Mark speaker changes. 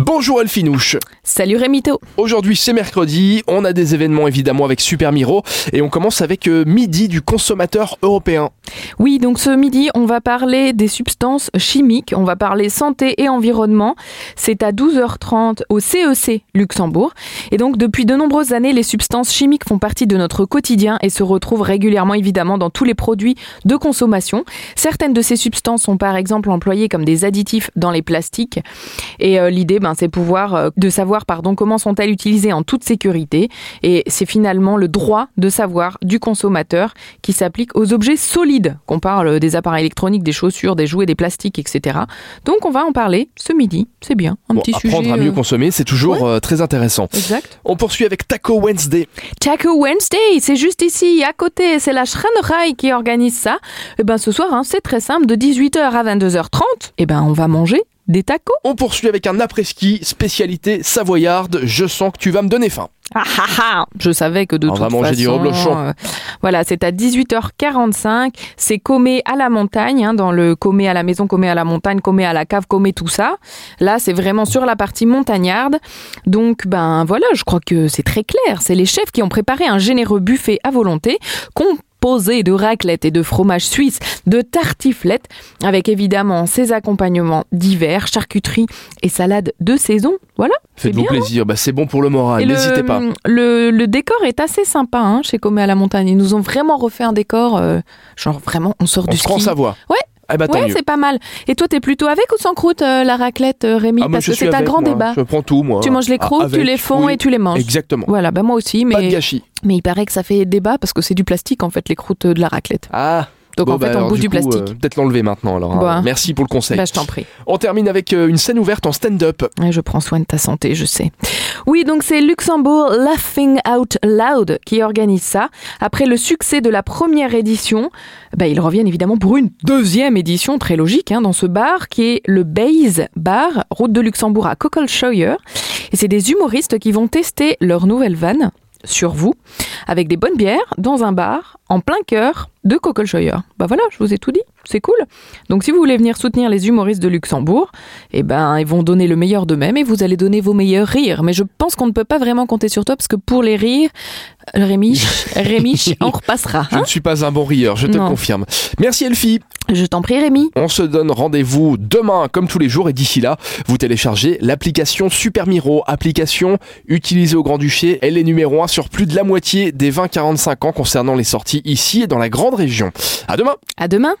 Speaker 1: Bonjour Elfinouche
Speaker 2: Salut Rémito
Speaker 1: Aujourd'hui c'est mercredi, on a des événements évidemment avec Super Miro et on commence avec euh, Midi du consommateur européen.
Speaker 2: Oui, donc ce midi, on va parler des substances chimiques, on va parler santé et environnement. C'est à 12h30 au CEC Luxembourg. Et donc depuis de nombreuses années, les substances chimiques font partie de notre quotidien et se retrouvent régulièrement évidemment dans tous les produits de consommation. Certaines de ces substances sont par exemple employées comme des additifs dans les plastiques. Et euh, l'idée, ben, c'est pouvoir euh, de savoir pardon comment sont-elles utilisées en toute sécurité. Et c'est finalement le droit de savoir du consommateur qui s'applique aux objets solides. Qu'on parle des appareils électroniques, des chaussures, des jouets, des plastiques, etc. Donc on va en parler ce midi. C'est bien, un
Speaker 1: Bon,
Speaker 2: petit
Speaker 1: apprendre
Speaker 2: sujet.
Speaker 1: à mieux
Speaker 2: euh,
Speaker 1: consommer, c'est toujours euh, très intéressant.
Speaker 2: Exact.
Speaker 1: On poursuit avec Taco Wednesday.
Speaker 2: Taco Wednesday, c'est juste ici, à côté, c'est la Schreinerei qui organise ça. Et ben ce soir, hein, c'est très simple, de 18h à 22h30, et ben on va manger des tacos.
Speaker 1: On poursuit avec un après-ski, spécialité savoyarde, je sens que tu vas me donner faim.
Speaker 2: Ah ah ah Je savais que de
Speaker 1: On
Speaker 2: toute
Speaker 1: va manger
Speaker 2: façon,
Speaker 1: du reblochon.
Speaker 2: euh, voilà, c'est à 18h45. C'est comé à la montagne, hein, dans le comé à la maison, comé à la montagne, comé à la cave, comé tout ça. Là, c'est vraiment sur la partie montagnarde. Donc, ben voilà, je crois que c'est très clair. C'est les chefs qui ont préparé un généreux buffet à volonté, composé de raclettes et de fromage suisse, de tartiflettes, avec évidemment ses accompagnements divers, charcuterie et salade de saison. Voilà.
Speaker 1: Faites-vous
Speaker 2: bien,
Speaker 1: plaisir, bah, c'est bon pour le
Speaker 2: Et
Speaker 1: moral,
Speaker 2: le- hum,
Speaker 1: n'hésitez pas.
Speaker 2: Le, le décor est assez sympa hein, chez Comé à la montagne. Ils nous ont vraiment refait un décor, euh, genre vraiment, on sort
Speaker 1: On
Speaker 2: du
Speaker 1: se prend
Speaker 2: ski.
Speaker 1: sa voix.
Speaker 2: Ouais.
Speaker 1: Eh bah, tant
Speaker 2: ouais,
Speaker 1: mieux.
Speaker 2: c'est pas mal. Et toi, t'es plutôt avec ou sans croûte euh, la raclette, euh, Rémi
Speaker 1: Ah, moi,
Speaker 2: Parce
Speaker 1: je
Speaker 2: que
Speaker 1: suis
Speaker 2: c'est un
Speaker 1: avec,
Speaker 2: grand
Speaker 1: moi.
Speaker 2: débat.
Speaker 1: Je prends tout moi.
Speaker 2: Tu manges les crocs,
Speaker 1: Ah, avec,
Speaker 2: tu les fonds
Speaker 1: oui.
Speaker 2: et tu les manges.
Speaker 1: Exactement.
Speaker 2: Voilà, bah moi aussi,
Speaker 1: Pas de
Speaker 2: mais,
Speaker 1: gâchis.
Speaker 2: mais il paraît que ça fait débat parce que c'est du plastique en fait, les croûtes euh, de la raclette.
Speaker 1: Ah,
Speaker 2: Donc
Speaker 1: bon,
Speaker 2: en fait,
Speaker 1: bah,
Speaker 2: on
Speaker 1: alors,
Speaker 2: bouge
Speaker 1: du
Speaker 2: du,
Speaker 1: coup,
Speaker 2: plastique.
Speaker 1: euh, Peut-être l'enlever maintenant alors. hein.
Speaker 2: Bah.
Speaker 1: Merci pour le conseil.
Speaker 2: Bah, je t'en prie.
Speaker 1: On termine avec euh, une scène ouverte en stand-up.
Speaker 2: Ouais, je prends soin de ta santé, je sais. Oui, donc c'est Luxembourg Laughing Out Loud qui organise ça. Après le succès de la première édition, bah, ils reviennent évidemment pour une deuxième édition, très logique, hein, dans ce bar qui est le Baze Bar, route de Luxembourg à Cockle-Scheuer. Et c'est des humoristes qui vont tester leur nouvelle vanne sur vous, avec des bonnes bières, dans un bar, en plein cœur de Cockle-Scheuer. Bah voilà, je vous ai tout dit, c'est cool. Donc si vous voulez venir soutenir les humoristes de Luxembourg, eh ben, ils vont donner le meilleur d'eux-mêmes et vous allez donner vos meilleurs rires. Mais je pense qu'on ne peut pas vraiment compter sur toi parce que pour les rires, Rémi, Rémi, on repassera.
Speaker 1: Je ne suis pas un bon rieur, je te
Speaker 2: Hein Non.
Speaker 1: le confirme. Merci Elfie.
Speaker 2: Je t'en prie, Rémi.
Speaker 1: On se donne rendez-vous demain comme tous les jours et d'ici là, vous téléchargez l'application Super Miro, application utilisée au Grand-Duché. Elle est numéro 1 sur plus de la moitié des 20-45 ans concernant les sorties ici et dans la grande région. À demain.
Speaker 2: À demain.